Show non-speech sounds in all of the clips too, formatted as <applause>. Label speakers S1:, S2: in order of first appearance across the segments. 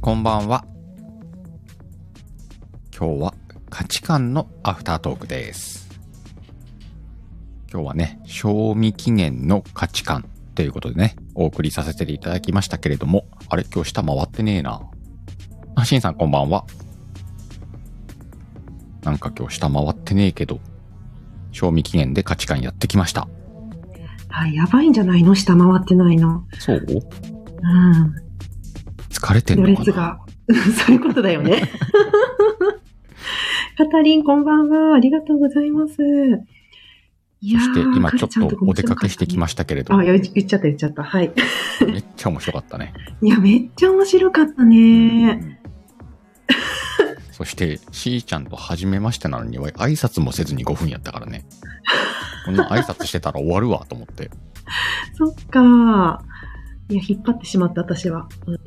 S1: こんばんは。今日は価値観のアフタートークです。今日はね、賞味期限の価値観ということでね、お送りさせていただきましたけれども、あれ今日下回ってねえな。あ、しんさんこんばんは。なんか今日下回ってねえけど、賞味期限で価値観やってきました。
S2: あ、やばいんじゃないの下回ってないの。
S1: そう
S2: うん。
S1: 疲れてん
S2: 序
S1: のか
S2: 列
S1: な
S2: が。 <laughs> そういうことだよね。 <laughs> カタリン、こんばんは。ありがとうございます。い
S1: そ
S2: やー
S1: して今ちょっとお出かけしてきま
S2: し
S1: したけれど
S2: た。あ、
S1: も
S2: い、や言っちゃった言っちゃった。はい。
S1: めっちゃ面白かったね。
S2: いや、めっちゃ面白かったね。
S1: そして、しーちゃんと初めましてなのに、挨拶もせずに5分やったからね。こんな挨拶してたら終わるわと思って。
S2: そっか。いや、引っ張ってしまった、私は。う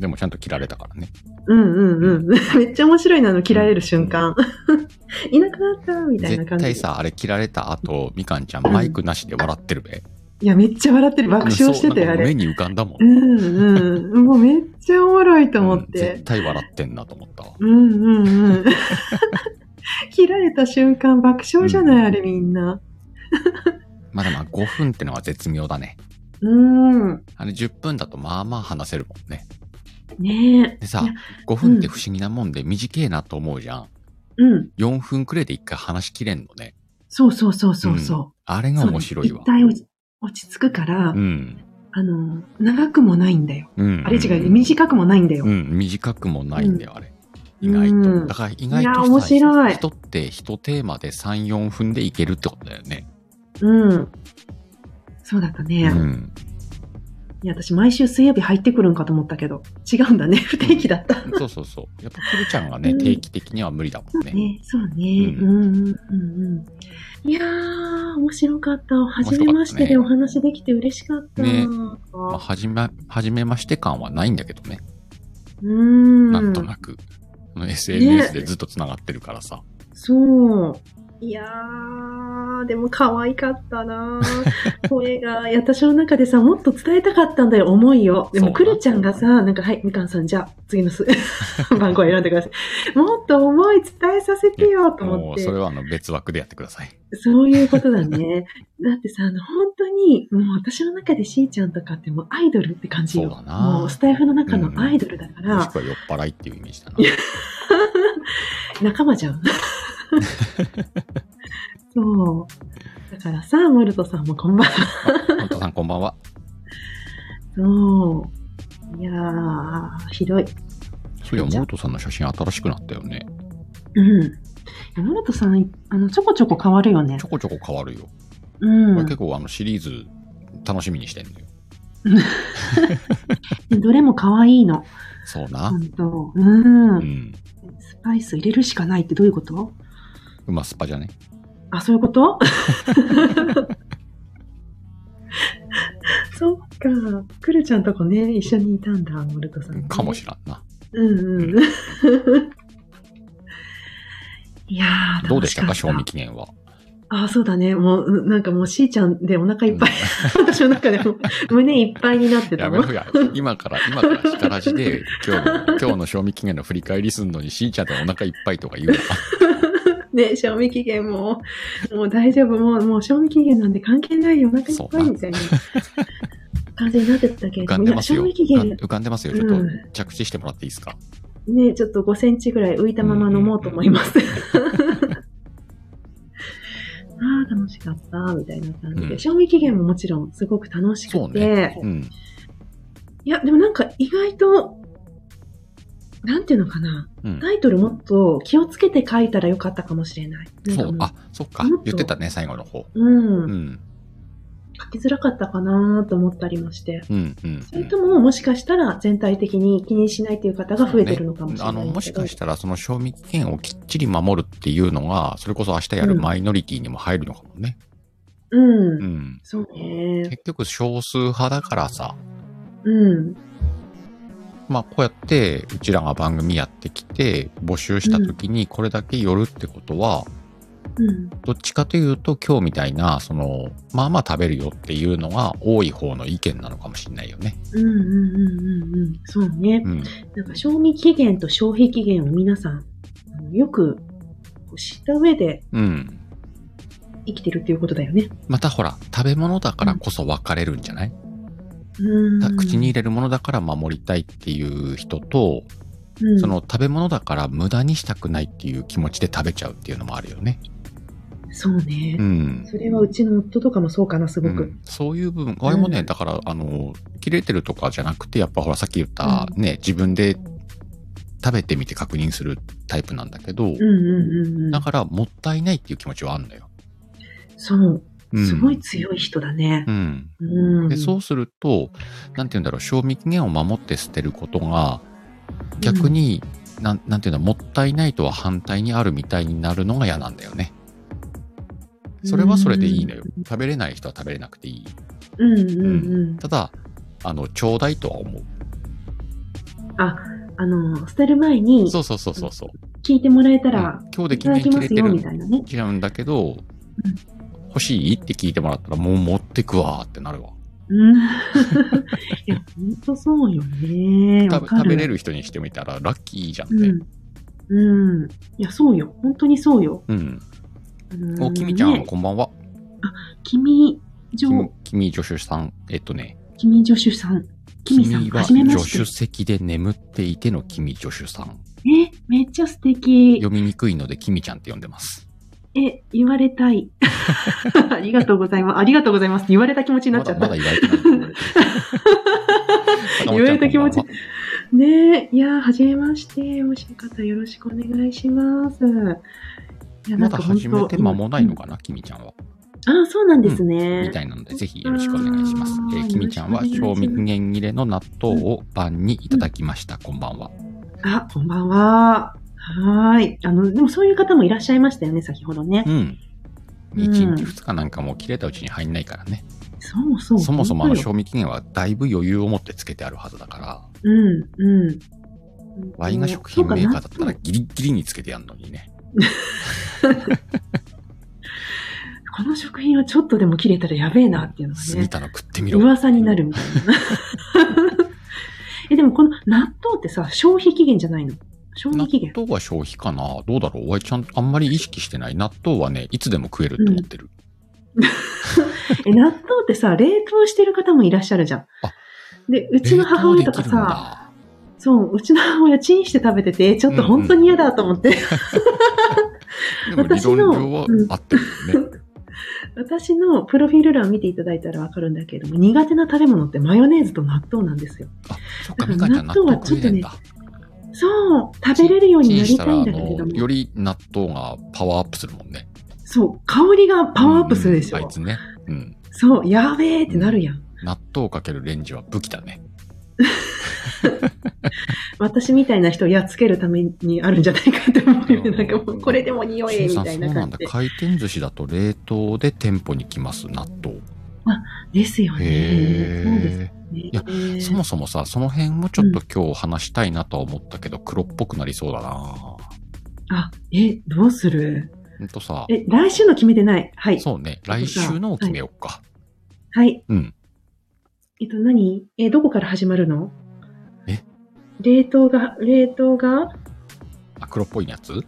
S1: でもちゃんと切られたからね。
S2: ん、うん、うん <laughs> うん。めっちゃ面白いな、あの、切られる瞬間。 <laughs> いなくなった、みたいな
S1: 絶
S2: 感じ。
S1: 対さ、あれ切られた後、みかんちゃんマイクなしで笑ってるべ。
S2: いや、めっちゃ笑ってる。爆笑して
S1: そう
S2: て、
S1: な
S2: あ
S1: んか
S2: れ
S1: 目。に浮かんだもん
S2: う。んうん。もうめっちゃおもろいと思っ
S1: うん絶
S2: て。
S1: 対笑ってんなと思ったわ。
S2: うんうんうん。 <laughs> 切られた瞬間爆笑じゃない、
S1: うん
S2: あれみんな。
S1: まだまあ5分ってのは絶妙だね。
S2: うん。
S1: あれ10分だとまあまあ話せるもんね。
S2: ねえ。
S1: でさ
S2: いや、
S1: 5分って不思議なもんで短えなと思うじゃん。
S2: うん。
S1: 4分くらいで1回話しきれんのね。
S2: そうそうそうそうそう。
S1: あれが
S2: そう
S1: 面白いわ
S2: 一。体落ち落ち着くから、
S1: うん。
S2: あの、長くもないんだよ。
S1: うん。
S2: あれ違う、
S1: うん
S2: 短くもないんだよ。
S1: うん、短くもないんだよ、あれ。
S2: う
S1: 意
S2: ん
S1: 外
S2: う
S1: と。
S2: ん
S1: だから意外とさ
S2: いや面白い
S1: 人って一テーマで3、4分でいけるってことだよね。
S2: うん。そうだった
S1: う
S2: ね。
S1: ん。
S2: いや、私毎週水曜日入ってくるんかと思ったけど、違うんだね。不定期だった。
S1: そうそうそう。やっぱ、くるちゃんがね、
S2: うん
S1: 定期的には無理だもんね。
S2: ね、そうね。
S1: う
S2: うんんうんうんうん。いやー、面白かった。初めましてでお
S1: 面
S2: 話できて嬉しかった。
S1: ねまあ、
S2: う
S1: はじめ、はじめまして感はないんだけどね。
S2: ーん。
S1: なんとなく。あの SNS でずっと繋がってるからさ。
S2: そう。いやー、でも可愛かったな
S1: <laughs>
S2: ー声が、いや私の中でさ、もっと伝えたかったんだよ、思いを。で
S1: そう
S2: も、
S1: だ
S2: くるちゃんがさ、なんか、はい、みかんさん、じゃあ、次の
S1: <laughs>
S2: す <laughs> 番号選んでください。もっと思い伝えさせてよ、と思
S1: も
S2: っ
S1: う、
S2: て。
S1: それはあの、別枠でやってください。
S2: そういうことだね。 <laughs> だってさ、あの、本当に、もう私の中でしーちゃんとかってもうアイドルって感じよ。
S1: そうだな
S2: もうスタイフの中のアイドルだか
S1: もし
S2: ら、
S1: くは酔っ払いっていうイメージだな。
S2: 仲
S1: <laughs>
S2: 間じゃん。そう。だからさ、モルトさんもこんばんは。
S1: ほんとさんこんばんは。
S2: そう。いやー、ひどい。
S1: そういや、モルトさんの写真新しくなったよね。
S2: うんいや。モルトさん、あの、ちょこちょこ変わるよね
S1: ちょ。こちょこ変わるよ。
S2: う
S1: 俺
S2: ん
S1: 結。構あのシリーズ楽しみにしてんのよ。
S2: どれも可愛いの。
S1: そうな。
S2: 本当。うん。
S1: うん。
S2: スパイス入れるしかないってどういうこと
S1: うまスパじゃね。
S2: あ、そういうこと <laughs> そっか。くるちゃんとこね、一緒にいたんだ、モルトさん、
S1: かもし
S2: れ
S1: らんな。
S2: うんうん。 <laughs> いやー、
S1: どうでしたか、
S2: 楽
S1: 賞味期限
S2: <laughs>
S1: は。
S2: あ、そうだね。もう、うんなんかもう、しーちゃんでお腹いっぱい、 <laughs> 私の中でも、胸いっぱいになって
S1: や
S2: た
S1: め
S2: も
S1: ろ
S2: ん。
S1: や。今から、今からしからじ
S2: <laughs>
S1: で、今日の、今日の賞味期限の振り返りすんのに、しーちゃんとお腹いっぱいと
S2: <laughs>
S1: か言うな。
S2: ね、賞味期限も、もう大丈夫、もう、もう賞味期限なんで関係ないよ、お腹いっぱいみたいな感じになってたけれ
S1: 浮か
S2: ど
S1: んで
S2: も、い
S1: ま
S2: や、
S1: すよ。
S2: 賞味期
S1: 浮かん
S2: 限
S1: 浮かんでますよ。ちょ
S2: う
S1: っ
S2: ん
S1: と着地してもらっていいですか。
S2: ね、ちょっと5センチぐらい浮いたまま飲もうと思
S1: <laughs>
S2: います。ああ、楽しかった、みたいな感じで。
S1: うん
S2: 賞味期限ももちろんすごく楽し
S1: そう
S2: くて、
S1: ね。うん。
S2: いや、でもなんか意外と、なんていうのかな、
S1: うん。
S2: タイトルもっと気をつけて書いたらよかったかもしれない。なんか
S1: そ
S2: も
S1: う。あ、そっか
S2: もっ。と
S1: 言ってたね、最後の方。
S2: うん、
S1: うん。
S2: 書きづらかったかなと思ったりもして。
S1: うん。うん。
S2: それとも、もしかしたら全体的に気にしないという方が増えてるのかもしれな
S1: あ
S2: いけど。
S1: の、もしかしたら、その賞味期限をきっちり守るっていうのが、それこそ明日やるマイノリティにも入るのかもね。
S2: うん。
S1: うん。
S2: そうね。
S1: 結局少数派だからさ、
S2: うん。
S1: まあこうやってうちらが番組やってきて募集した時にこれだけ寄るってことは、
S2: うん。
S1: どっちかというと今日みたいな、その、まあまあ食べるよっていうのが多い方の意見なのかもしれないよね。
S2: うんうんうんうんうん。そうね。
S1: うん。
S2: なんか賞味期限と消費期限を皆さん、あのよくこう知った上で
S1: うん。
S2: 生きてるっていうことだよね。
S1: またほら、食べ物だからこそ分かれるんじゃない、
S2: う
S1: た
S2: ん。
S1: 口に入れるものだから守りたいっていう人と、
S2: うん、
S1: その食べ物だから無駄にしたくないっていう気持ちで食べちゃうっていうのもあるよね。
S2: そうね。
S1: うん。
S2: それはうちの夫とかもそうかな、すご
S1: う
S2: く。
S1: んそういう部分、これもね、
S2: うん
S1: だから、あの、切れてるとかじゃなくて、やっぱほら、さっき言った、
S2: う
S1: ね、自分で食べてみて確認するタイプなんだけど、
S2: うんうんうんう
S1: だ
S2: ん。
S1: から、もったいないっていう気持ちはあるのよ。
S2: そう。
S1: うん、
S2: すごい強い人だね
S1: う。ん。
S2: うん。
S1: で、そうすると、なんて言うんだろう、賞味期限を守って捨てることが、逆に、なん、なんていうんだ、もったいないとは反対にあるみたいになるのが嫌なんだよね。それはそれでいいのよ。食べれない人は食べれなくていい。
S2: うんうんうん。
S1: ただ、あの、ちょうだいとは思う。
S2: あ、あの、捨てる前に
S1: そうそうそうそうそう。
S2: 聞いてもらえたら、
S1: うん今日で
S2: い
S1: 期
S2: ただ
S1: 限
S2: き
S1: 切
S2: ま
S1: れ
S2: す
S1: て
S2: よ、
S1: る
S2: みたいなね。
S1: 違うんだけど、欲しいって聞いてもらったら、もう持ってくわーってなるわ。
S2: うん。い <laughs> や、ほんとそうよね。
S1: 食
S2: わ
S1: べ
S2: か
S1: 食べれ
S2: る。
S1: る人にしてみたら、ラッキーじゃんね。
S2: うん。うん。いや、そうよ。本当にそうよ。
S1: うん。
S2: あのー
S1: お、きみちゃん、
S2: ね
S1: こんばんは。
S2: 君、
S1: き
S2: 上、
S1: み、きみ助手さん。えっとね、
S2: 君助手さん。君さん、
S1: 君は
S2: はじめま
S1: 助手
S2: して。
S1: 席で眠っていての君助手さん。
S2: え、めっちゃ素敵。
S1: 読みにくいので、きみちゃんって呼んでます。
S2: え、言われ
S1: <laughs>
S2: たい。ありがとうございます。ありがとうございます。言われた気持ちにな
S1: ま
S2: っちゃ
S1: だ、
S2: っ
S1: ま
S2: た。
S1: だ言われてない。坂本
S2: <laughs> 言われた
S1: ちゃん
S2: 気持ち
S1: こんばんは
S2: ねえ、いやー、はじめまして。もしよかったらよろしくお願いします。いや、
S1: まだ始めて間もないの
S2: か
S1: かな、きみちゃんは。
S2: ほんとうんあ、そうなんです
S1: み
S2: ね。
S1: たいなので、ぜひよろしくお願いします。えー、
S2: あー
S1: きみちゃんは、
S2: よろしくお
S1: 賞
S2: 願いします
S1: 味期限切れの納豆を晩にいただきました。こんばんは。
S2: あ、こんばんは。はーい。あの、でもそういう方もいらっしゃいましたよね、先ほどね
S1: う。ん。
S2: うん
S1: 1日2日なんかもう切れたうちに入んないからね。
S2: そもそも。
S1: そもそもあの
S2: 本当
S1: 賞味期限はだいぶ余裕を持ってつけてあるはずだから、
S2: ようん、うん。
S1: ワインが食品メーカーだった
S2: そう
S1: ら
S2: か
S1: ギリギリにつけてやるのにね。
S2: なこの食品はちょっとでも切れたらやべえなっていうのが
S1: 過
S2: ね
S1: ぎ。たの食ってみろ。
S2: 噂になるみたいな。 <laughs> え、でもこの納豆ってさ、消費期限じゃないの賞
S1: 納
S2: 味期限。
S1: 豆は消費かなどうだろうおいちゃん、あんまり意識してない。納豆はね、いつでも食えるって思ってる。
S2: え、納豆ってさ、冷凍してる方もいらっしゃるじゃん。
S1: あ
S2: で、うちの母親とか
S1: 冷凍できるん
S2: さ、
S1: だ
S2: そう、うちの母親チンして食べてて、ちょっと本当に嫌だと思って、 <laughs>
S1: でも理論上は
S2: 私のうん
S1: 合ってるよね。
S2: 私のプロフィール欄見ていただいたらわかるんだけれども、苦手な食べ物ってマヨネーズと納豆なんですよ。
S1: あ、そっか、みかんちゃん納
S2: 納豆
S1: 豆
S2: は
S1: 食えねえんだ。
S2: そう、食べれるように
S1: チ
S2: な
S1: ンし
S2: り
S1: た
S2: た
S1: ら、
S2: い
S1: あ
S2: んだけれど
S1: の、よ
S2: も、
S1: り納豆がパワーアップするもんね。
S2: そう、香りがパワーアップするでしょ。
S1: うんあいつね。うん。
S2: そう、やべえってなるやん。
S1: 納豆かけるレンジは武器だね。
S2: 私みたいな人をやっつけるためにあるんじゃないかって思うよね。なんかもう、これでも匂え、
S1: しん
S2: み
S1: さん
S2: たい
S1: そ
S2: な
S1: うな
S2: 感
S1: ん
S2: じ
S1: だ
S2: で。
S1: 回転寿司だと冷凍で店舗に来ます納豆
S2: ですよね。そうです
S1: へ
S2: ね。
S1: やえそもそもさその辺もちょっと今日話したいなとは思ったけど、黒っぽくなりそうだな
S2: あ、え、どうする
S1: ほんとさ
S2: え、来週の決めてない。はい。
S1: そうね来週のを決めようか、
S2: はい。
S1: うん
S2: えっと、何え、どこから始まるの
S1: え
S2: 冷凍が、冷凍が
S1: あ黒っぽいやつあ
S2: 冷凍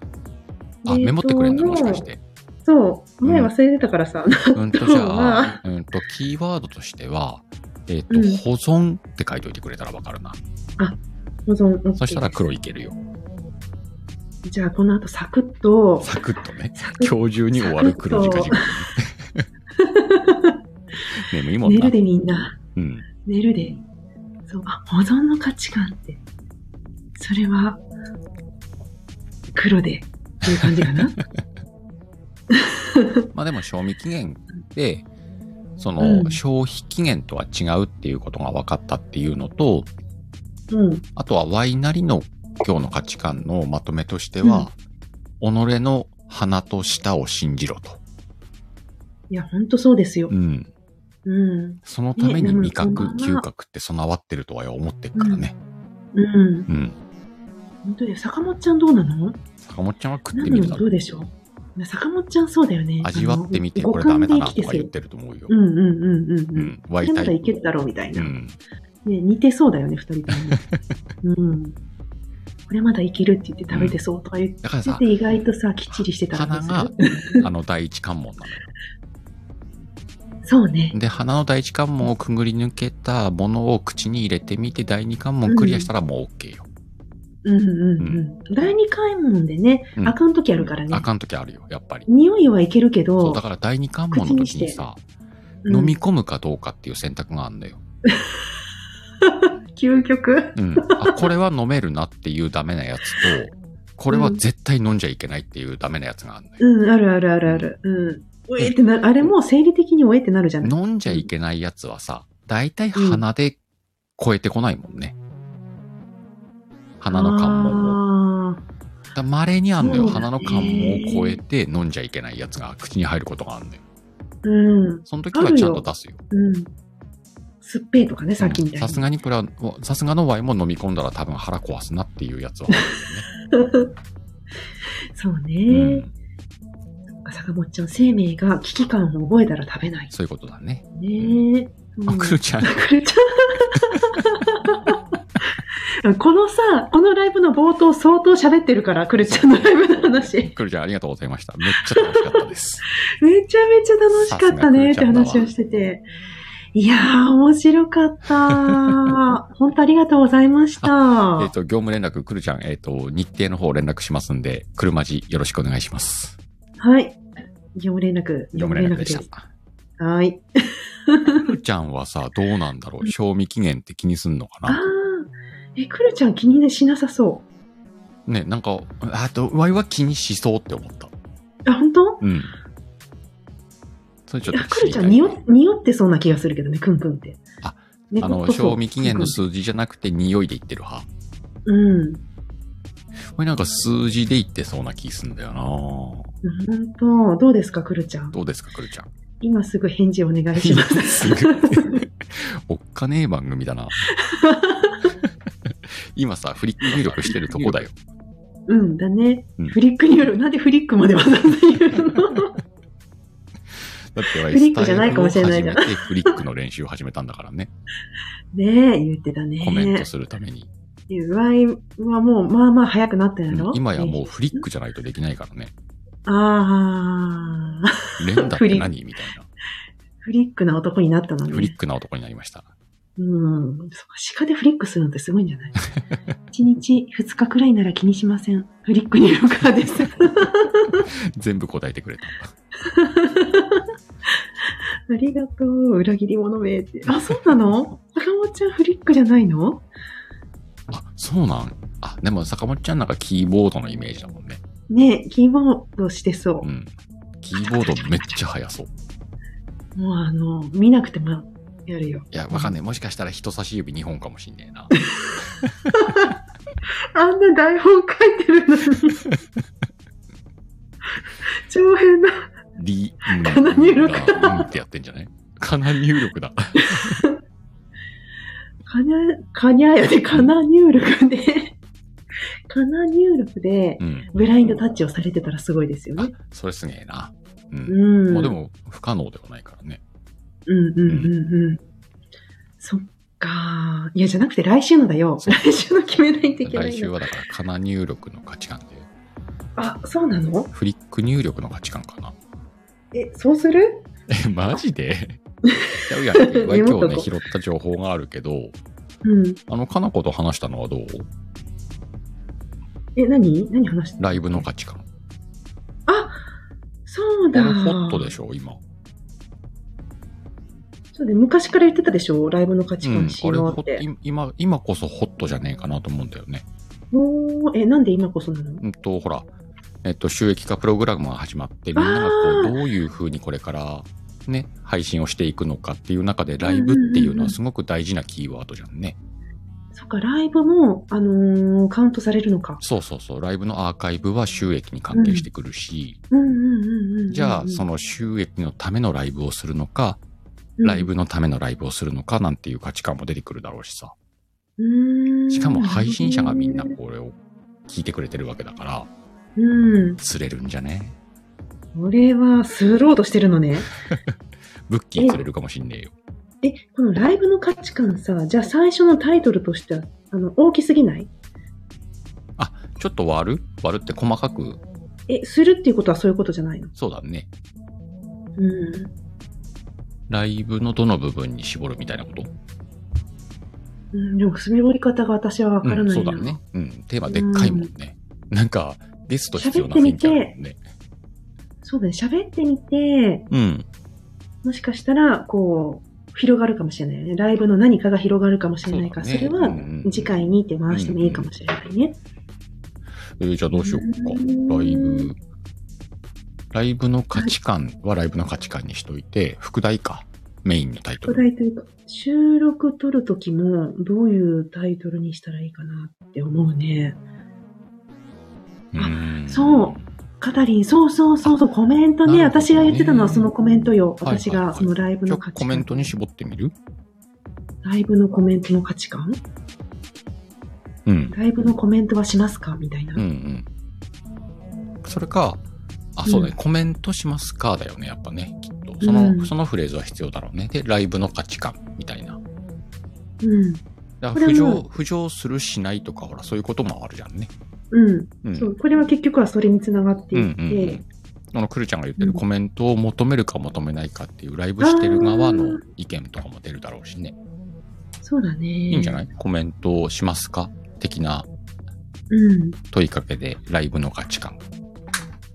S2: の
S1: メモってくれんだもしかして
S2: そう、
S1: うん
S2: 前忘れてたからさ。
S1: うんとじゃあ、うんとキーワードとしてはえっ、と、
S2: うん
S1: 保存って書いといてくれたらわかるな。
S2: 保存 OK。
S1: そしたら黒いけるよ。
S2: じゃあ、この後サクッと。
S1: サクッと
S2: <laughs>
S1: ね。
S2: サクッと
S1: 今日中に終わる黒じかじか。 <laughs> ね、もう今
S2: <laughs> 寝
S1: な
S2: る。でみんな。
S1: うん。
S2: 寝るで。そう、あ、保存の価値観って。それは、黒で。っていう感じかな。
S1: まあでも賞味期限で、そ
S2: うん
S1: の消費期限とは違うっていうことが分かったっていうのと、
S2: うん。
S1: あとはワイなりの今日の価値観のまとめとしては、己の鼻と舌を信じろと。
S2: いや、ほんとそうですよ
S1: う。ん。
S2: うん。
S1: そのために味
S2: ねで
S1: 覚、
S2: もそんな
S1: 嗅覚って備わってるとは思ってるからね。
S2: うん。
S1: うん。
S2: 本当だよ。坂本ちゃんどうなの
S1: 坂本ちゃんは食っ
S2: な
S1: て
S2: んだ
S1: みる
S2: ろ
S1: だ
S2: うど
S1: ろ
S2: う
S1: う。
S2: でしょう坂本ちゃんそうだよね。
S1: 味わってみて、
S2: あの
S1: これダメだな
S2: 五感
S1: と
S2: で
S1: か
S2: 生き
S1: 言っててると思うよ
S2: そう。。うんうんうんうん
S1: う
S2: うんん。。
S1: 湧い
S2: で
S1: た
S2: まだい
S1: い。
S2: けるだろうみたいうな。ね、
S1: ん。
S2: 似てそうだよね、二人と
S1: <laughs>
S2: も。うん。これまだいけるって言って食べてそうとか言って
S1: だからさ
S2: て、、意外とさ、きっちりしてた
S1: 鼻
S2: りする
S1: が、あの、第一関門な
S2: そうね
S1: の。。で、鼻の第一関門をくぐり抜けたものを口に入れてみて、第二関門クリアしたらもう OK よ。
S2: うんうんうん。第二回門でね
S1: う、ん
S2: あかん時あるからね
S1: あ。かん時あるよ、やっぱり。
S2: 匂いはいけるけ
S1: そう、
S2: ど
S1: だ、から第二関門の時にさ、
S2: うん
S1: 飲み込むかどうかっていう選択があるんだよ。
S2: 究極。
S1: うん。あ、これは飲めるなっていうダメなやつと、これは絶対飲んじゃいけないっていうダメなやつがあるんだよ。
S2: うん、あるあるあるある。うん。おえってなる。あれもう生理的におえってなるじゃない。
S1: 飲んじゃいけないやつはさ、大体鼻で超えてこないもんね。鼻の関門を。
S2: 門を。
S1: だ稀にあんのよ。
S2: そう
S1: 鼻
S2: だね
S1: の関門を超えて飲んじゃいけないやつが口に入ることがあるんだよ。
S2: うん。
S1: その時はちゃんと出すよ。
S2: うん。すっぺーとかね、さっきみたい
S1: さ
S2: な。
S1: すがにこれは、さすがの場合も飲み込んだら多分腹壊すなっていうやつはある
S2: そう
S1: よね。う
S2: ね。
S1: ん。
S2: 坂本ちゃん、生命が危機感を覚えたら食べない。
S1: そういうことだね。
S2: ねうん
S1: あ、くるちゃん。
S2: くるちゃん。 <laughs> このさ、このライブの冒頭相当喋ってるから、くるちゃんのライブの話。
S1: くるちゃんありがとうございました。めっちゃ楽しかった
S2: <laughs>
S1: です。
S2: めちゃめちゃ楽しかったねって話をしてて。いやー、面白か
S1: <laughs>
S2: った。本当ありがとうございました。
S1: えっと、業務連絡、くるちゃん、えっと、日程の方連絡しますんで、車じよろしくお願いします。
S2: はい。業務連絡。
S1: 業務連絡でし
S2: 業務
S1: た。
S2: 連絡です。はい。
S1: くるちゃんはさ、どうなんだろう賞味期限って気にすんのか
S2: あ
S1: な
S2: ー。え、くるちゃん気にしなさそ
S1: ね、なんか、あと、ワイは気にしそうって思った。
S2: う。あ、本当
S1: うん。それちょっ
S2: あ
S1: と
S2: く
S1: 知
S2: る
S1: り
S2: ち
S1: た
S2: ゃ
S1: い
S2: ん匂、匂ってそうな気がするけどね、くんくんって。
S1: あ、
S2: 猫
S1: あ
S2: っ
S1: の、
S2: ぽそう
S1: 賞味期限の数字じゃなくて匂いで言ってる派。
S2: うん。
S1: これなんか数字で言ってそうな気すんだよな
S2: 本当どうですか、くるちゃん。
S1: どうですか、くるちゃん。
S2: 今すぐ返事お願
S1: <laughs>
S2: いします。
S1: すごいおっかねえ番組だな。今さ、フリック入力してるとこだよ。
S2: うんだね
S1: うん。
S2: フリック入力、なんでフリックまでわざわざ言う
S1: <laughs>
S2: の
S1: だって俺
S2: フリックじゃないかもしれない
S1: ス
S2: な
S1: タイフを始めてフリックの練習を始めたんだからね。
S2: ねえ、言ってたね。
S1: コメントするために。
S2: ワイはもう、まあまあ早くなったやろ
S1: 今やもうフリックじゃないとできないからね。
S2: ああ、
S1: 連打って何みたい
S2: フリックな男になったの
S1: な。フリ
S2: ね
S1: ッ。クな男になりました。
S2: うん。そうか鹿でフリックするのってすごいんじゃない一日二日くらいなら気にしません。フリック入力派です。
S1: 全部答えてくれた。
S2: ありがとう、裏切り者めって。あ、そうなの <laughs> 坂本ちゃんフリックじゃないの
S1: あ、そうなんあ、でも坂本ちゃんなんかキーボードのイメージだもんね。
S2: ねえ、キーボードしてそう
S1: う。ん。キーボードめっちゃ速そう。
S2: もうあの、見なくてもやるよ。
S1: いや、わかんない。もしかしたら人差し指2本かもしんねえな。
S2: <laughs> あんな台本書いてる <laughs> のに。長編だ。
S1: リ、
S2: カナ入力
S1: だ。うんってやってんじゃないカナ入力だ。
S2: かにゃ、かにゃやで、かな入力で、 <laughs> かな入力で
S1: う、ん。
S2: ブラインドタッチをされてたらすごいですよ
S1: あ
S2: ね。、
S1: それすげえな。う。
S2: うんん。
S1: まあで。も、不可能ではないからね。
S2: うんうんうんうん。そっかいや、じゃなくて来週のだよ。
S1: そう
S2: 来週の決めないといけない
S1: 来
S2: ん
S1: 週
S2: だ。
S1: はだから、カナ入力の価値観で、
S2: あ、そうなの
S1: フリック入力の価値観かな。
S2: え、そうする
S1: え、マジ
S2: <laughs>
S1: でいやいや、今日
S2: メモっと
S1: ね、
S2: こう
S1: 拾った情報があるけど、
S2: うん。
S1: あの、かなこと話したのはどう
S2: え、何何話して
S1: ライブの価値観。
S2: あ、そう
S1: あれ
S2: だ。
S1: ホットでしょ、今。
S2: そうで、昔から言ってたでしょライブの価
S1: う
S2: 値
S1: ん、あ
S2: 観
S1: れ
S2: しようって。
S1: ほ今、今こそホットじゃねえかなと思うんだよね。
S2: おーえ、なんで今こそなの
S1: うんと、ほら、えっと、収益化プログラムが始まって、みんながこ
S2: あ
S1: う、どういうふうにこれから、ね、配信をしていくのかっていう中で、ライブっていうのはすごく大事なキーワードじゃんね。
S2: そっか、ライブも、あのーカウントされるのか。
S1: そうそうそう、ライブのアーカイブは収益に関係してくるし、
S2: うんうんうんうんうん。
S1: じゃあ、その収益のためのライブをするのか、
S2: うん、
S1: ライブのためのライブをするのかなんていう価値観も出てくるだろうしさ。
S2: うーん。
S1: しかも配信者がみんなこれを聞いてくれてるわけだから、
S2: うん。
S1: 釣れるんじゃね
S2: これはスロードしてる
S1: <laughs>
S2: のね。
S1: ブッキー釣れるかもしんねえよ。
S2: え、このライブの価値観さ、じゃあ最初のタイトルとしては、あの、大きすぎない
S1: ちょっと割る割るって細かく、
S2: え、するっていうことはそういうことじゃないの
S1: そうだね。
S2: うん。
S1: ライブのどの部分に絞るみたいなこと
S2: うん、でも、滑り方が私はわから
S1: うん、
S2: な
S1: そう
S2: い
S1: だ
S2: な。
S1: ね。うん。テーマでっかいもんね。なんか、ゲスト必要な
S2: 喋
S1: 雰
S2: って
S1: 囲
S2: み
S1: 気
S2: て
S1: あるもんね。
S2: そうだね。喋ってみて、
S1: うん。
S2: もしかしたら、こう、広がるかもしれないよね。ライブの何かが広がるかもしれないから、そ,、
S1: そうだね
S2: れは
S1: うんうんうん
S2: 次回にって回してもいいかもしれないね。
S1: えーじゃあどうしよう
S2: うん
S1: か。ライブ。ライブの価値観はライブの価値観にしといて、副題か。メインのタイト
S2: 副
S1: ル。
S2: 題というか、収録撮るときも、どういうタイトルにしたらいいかなって思うね。
S1: うん
S2: そうカタリン、そうそうそうそう、コメン
S1: なるほ
S2: トね。
S1: どね
S2: 私が言ってたのはそのコメントよ。
S1: はいはいはい
S2: 私がそのライブ
S1: じゃ
S2: の
S1: あ
S2: 価値
S1: コ
S2: 観。
S1: メントに絞ってみる
S2: ライブのコメントの価値観
S1: うん。
S2: ライブのコメントはしますかみたいな。
S1: うんうん。それか、あ、そうね、コメントしますかだよね、やっぱね、きっと。その、
S2: うん
S1: そのフレーズは必要だろうね。で、ライブの価値観みたいな。
S2: うん。
S1: だ
S2: こ
S1: から
S2: れ
S1: 浮上、
S2: も
S1: 浮上するしないとか、ほら、そういうこともあるじゃんね。
S2: うん。
S1: うん。
S2: そう。これは結局はそれにつながって
S1: うん
S2: いっ
S1: う
S2: て、
S1: んうん。このくるちゃんが言ってる
S2: うん
S1: コメントを求めるか求めないかっていうライブしてる側の意見とかも出るだろうしね。
S2: そうだね。い
S1: いいんじゃないコメントをしますか的な
S2: うん。
S1: 問いかけでライブの価値観。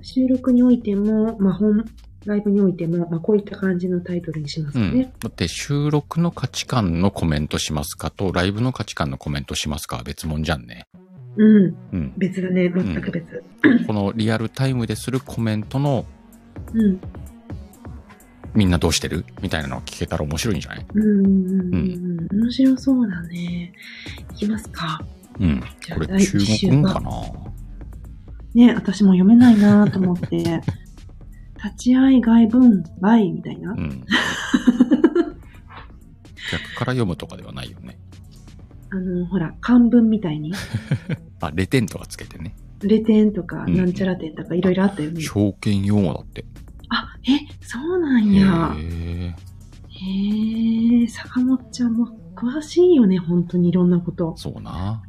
S2: 収録においても、まあ、本、ライブにおいても、まあ、こういった感じのタイトルにします
S1: う
S2: よ
S1: ん。だ
S2: ね。
S1: って収録の価値観のコメントしますかとライブの価値観のコメントしますかは別物じゃんね。
S2: うん。 <clears throat>
S1: うん。
S2: 別だね。全く別。
S1: このリアルタイムでするコメントの
S2: うん。
S1: みんなどうしてるみたいなのを聞けたら面白いんじゃない
S2: うん。うん。うん。面白そうだね。いきますか。
S1: うん。
S2: じゃ
S1: こ
S2: あ、
S1: れ
S2: 第
S1: 中
S2: 一週
S1: 国語か
S2: は。
S1: な
S2: ね、私も読めないなと思って。 <laughs> 立ち合い外文、倍みたいな
S1: う。ん。逆から読むとかではないよね。
S2: あの、ほら、漢文みたいに、
S1: あ、レテンとかつけてね。
S2: レテンとか、
S1: うん
S2: なんちゃら点とか、いろいろあったよね。
S1: 証券用語だって。
S2: あ、え、そうなんや。
S1: へえ。
S2: へえ、坂本ちゃんも詳しいよね、本当にいろんなこと。
S1: そうな。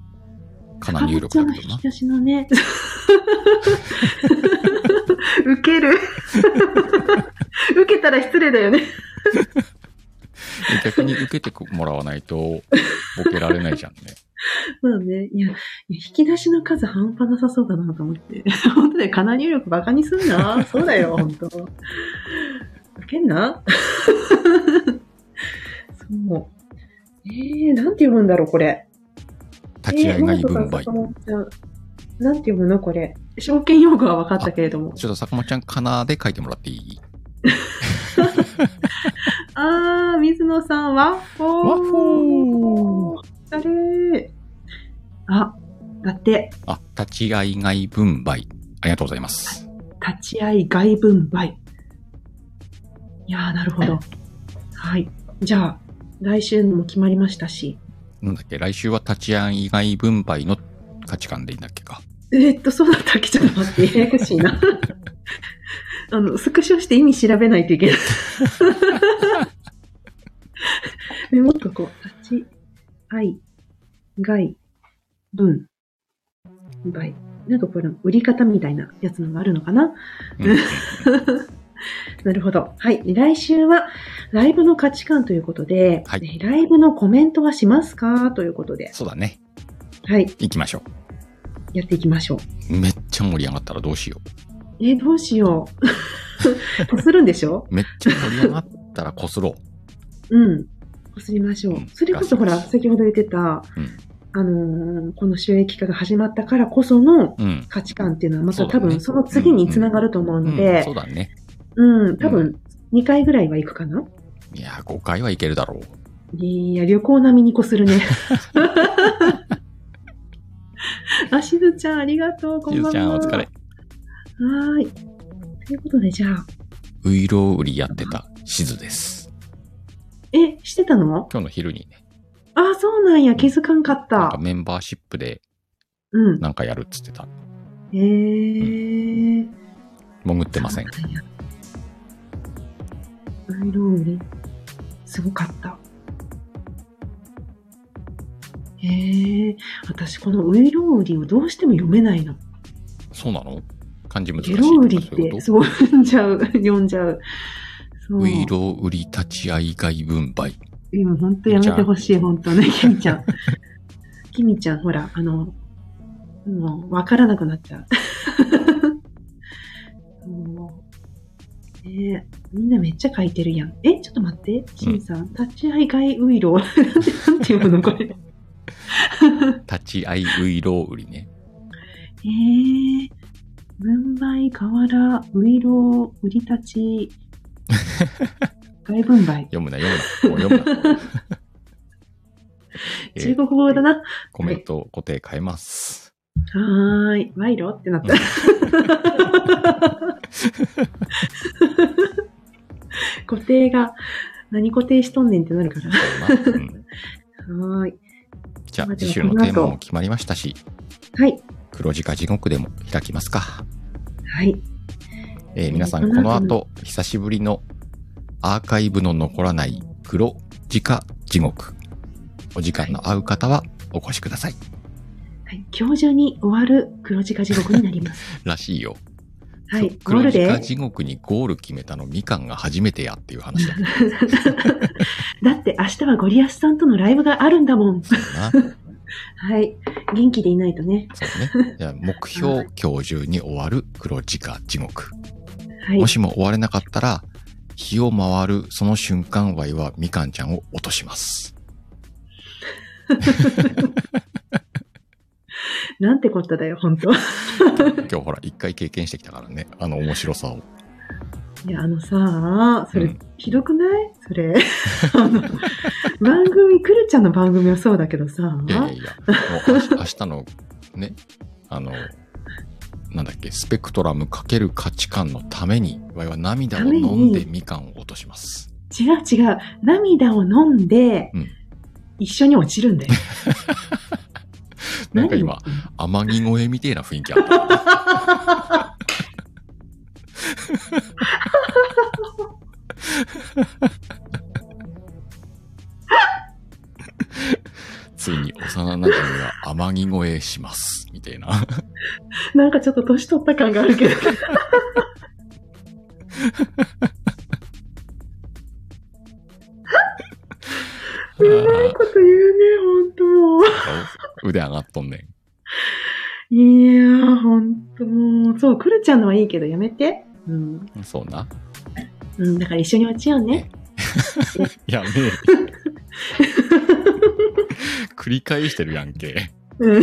S1: か
S2: 坂
S1: なり有
S2: 本ち
S1: 力
S2: ゃ
S1: だ
S2: んの
S1: けど
S2: 引
S1: な
S2: き。出しの
S1: <laughs>
S2: ね。受ける。 <laughs> 受けたら失礼だよね。
S1: 逆に受けてもらわないと、ボケられないじゃんね。
S2: そうね。いや、いや引き出しの数半端なさそうだなと思って。本当だよ、かな入力バカにすんな。そうだよ、本当。受けんな。 <laughs> そう。えー、なんて読むんだろう、これ。
S1: 立ち合いが異
S2: えー
S1: 分
S2: なんとか
S1: 配。ち
S2: 坂
S1: ょ
S2: 本ちゃんなんて読むのこれ。証券用語は分かったけれども。
S1: っと坂本ちゃん、かなで書いてもらっていい
S2: あー、水野さん、ワッフォー。
S1: ワッフォ
S2: ー。だれー。あ、だって、
S1: あ、立ち合いが異分配。ありがとうございます。
S2: 立ち会い外分配。いやー、なるほど。はい。じゃあ、来週のも決まりましたし。
S1: なんだっけ、来週は立ち合いが異分配の価値観でいいんだっけか。
S2: えーっと、そうだったっけちょっと待
S1: <laughs>
S2: って、ややこしいな。 <laughs> あの、スクショして意味調べないと
S1: <laughs>
S2: いけない。メモっとこう。立ち、愛、外、分、倍。なんかこれ、売り方みたいなやつのがあるのかな
S1: うん <laughs>
S2: なるほど。はい。来週は、ライブの価値観ということで、
S1: はい
S2: えーライブのコメントはしますかということで、
S1: そうだね。
S2: はい。
S1: 行きましょ
S2: やっていきましょう。
S1: う。めっちゃ盛り上がったらどうしよ
S2: えーどう <laughs> しよ
S1: <laughs>
S2: う。こするんでしょ
S1: う。めっちゃ盛り上がったらこすろ
S2: うん。こすりましょう
S1: うん。
S2: それこそほ
S1: ガ
S2: ら、
S1: シガシ
S2: 先ほど言ってた、
S1: うん
S2: あのーこの収益化が始まったからこその
S1: う。うん。
S2: 価値観っていうのはま
S1: そ
S2: た
S1: うだ
S2: 多
S1: ね
S2: 分その次につながると思う
S1: う
S2: の
S1: ん、
S2: で
S1: そ、うだね。
S2: うん、多分2回ぐらいはいくかない
S1: やー、5回はいけるだろう。
S2: いや、旅行並みにこ
S1: <laughs>
S2: するね。あしずちゃん、ありがとう。こん
S1: ゆ
S2: ばん
S1: ず
S2: は。
S1: ちゃん、お疲れ
S2: は。ーい。ということで、じゃあ、
S1: ウイロ売りやってたしずです。
S2: え、してたの
S1: 今日の昼にね、
S2: あ、そうなんや。気づかんかっ
S1: なんか
S2: た。
S1: メンバーシップで
S2: うん。
S1: なんかやるっつってた。
S2: へえー。
S1: 潜ってません。
S2: そうなんやアイロン売り、すごかった。へえ、私このウイロウリをどうしても読めないの。
S1: そうなの漢字難しい
S2: ゲ
S1: とか
S2: ロ
S1: そう
S2: ウリっ
S1: いうこ
S2: て、
S1: と
S2: そう、読んじゃう、読んじゃう。そう。
S1: ウイロウリ立ち合い外分配。
S2: 今本当やめてほしい、本当ね、キミちゃん。 <laughs> キミちゃん、ほら、あの、もう、わからなくなっちゃう。 <laughs> もうねえみんなめっちゃ書いてるやん。え、ちょっと待って、シンさん、立ち合い外ウイロー。 <laughs> なんて、なんていうの、こ <laughs> れ。
S1: 立ち合いウイロウリね。
S2: えー、分配、河原、ウイロー、売り立 <laughs> ち、外分配。
S1: 読むな、読むな。もう読
S2: <laughs>
S1: むな。 <laughs> えー
S2: 中国語だな。
S1: コメント固定変え
S2: <laughs>
S1: ます。
S2: はーい、賄賂ってなった。固定が、何固定しとんねんってなるから。
S1: そうだなうん
S2: はーい。
S1: じゃあ、
S2: まあで
S1: 次週の
S2: もこの
S1: テ
S2: 後
S1: ーマも決まりましたし、
S2: はい。
S1: 黒字か地獄でも開きますか。
S2: はい。
S1: えー皆さん、
S2: こ
S1: この
S2: の後
S1: 後、久しぶりのアーカイブの残らない黒字か地獄。お時間の合う方はお越しください。
S2: はい、今日中に終わる黒字化地獄になります。
S1: らしいよ。
S2: は
S1: そう
S2: い。ゴー
S1: <laughs> 黒
S2: ル
S1: 字
S2: で
S1: か。地獄にゴール決めたのみかんが初めてやっていう話だけど
S2: だって明日はゴリアスさんとのライブがあるんだもん。
S1: な。
S2: <laughs>
S1: そう
S2: はい。元気でいないとね。
S1: ね。じゃあ、目標今日中に終わる黒字か地獄。
S2: はい
S1: も。しも終われなかったら、日を回るその瞬間、ワイはみかんちゃんを落とし
S2: <laughs>
S1: ます。
S2: なんてことだよ、本当
S1: 今日ほら、一回経験してきたからね、あの面白さを。
S2: いや、あのさ、それ、
S1: うん
S2: ひどくないそれ。 <laughs> あの番組、くるちゃんの番組はそうだけどさ、
S1: いやいやいや、もう明日明日のね、あの、なんだっけ、スペクトラムかける価値観のために、ワイは涙を飲んで
S2: ため
S1: みかんを落とします。
S2: 違う違う、涙を飲んで、
S1: うん
S2: 一緒に落ちるんだよ。
S1: <laughs> なんか今、天城越えみてえな雰囲気あった。ついに幼なじみが天城越えします。みたいな。
S2: 何なんかちょっと年取った感がある
S1: <laughs>
S2: けど。うまいこと言うね、本当もう。
S1: 腕上がっとんねん。
S2: いやー、本当もう。そう、くるちゃんのはいいけど、やめて。うん。
S1: そうな。
S2: うん、だから一緒に落ちようね。
S1: やめえ。繰り返してるやんけ。
S2: うん。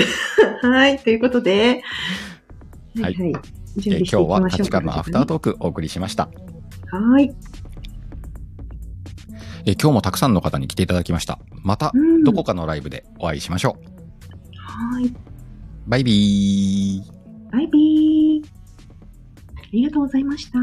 S2: <laughs> はい、ということで。
S1: は
S2: はいい、はい。
S1: え今日
S2: 準備していき
S1: は
S2: ましょう
S1: 8
S2: か。
S1: 巻のアフタートークお送りしました。
S2: はい。
S1: え今日もたくさんの方に来ていただきました。また
S2: うん
S1: どこかのライブでお会いしましょう。
S2: はい。
S1: バイビー。
S2: バイビー。ありがとうございました。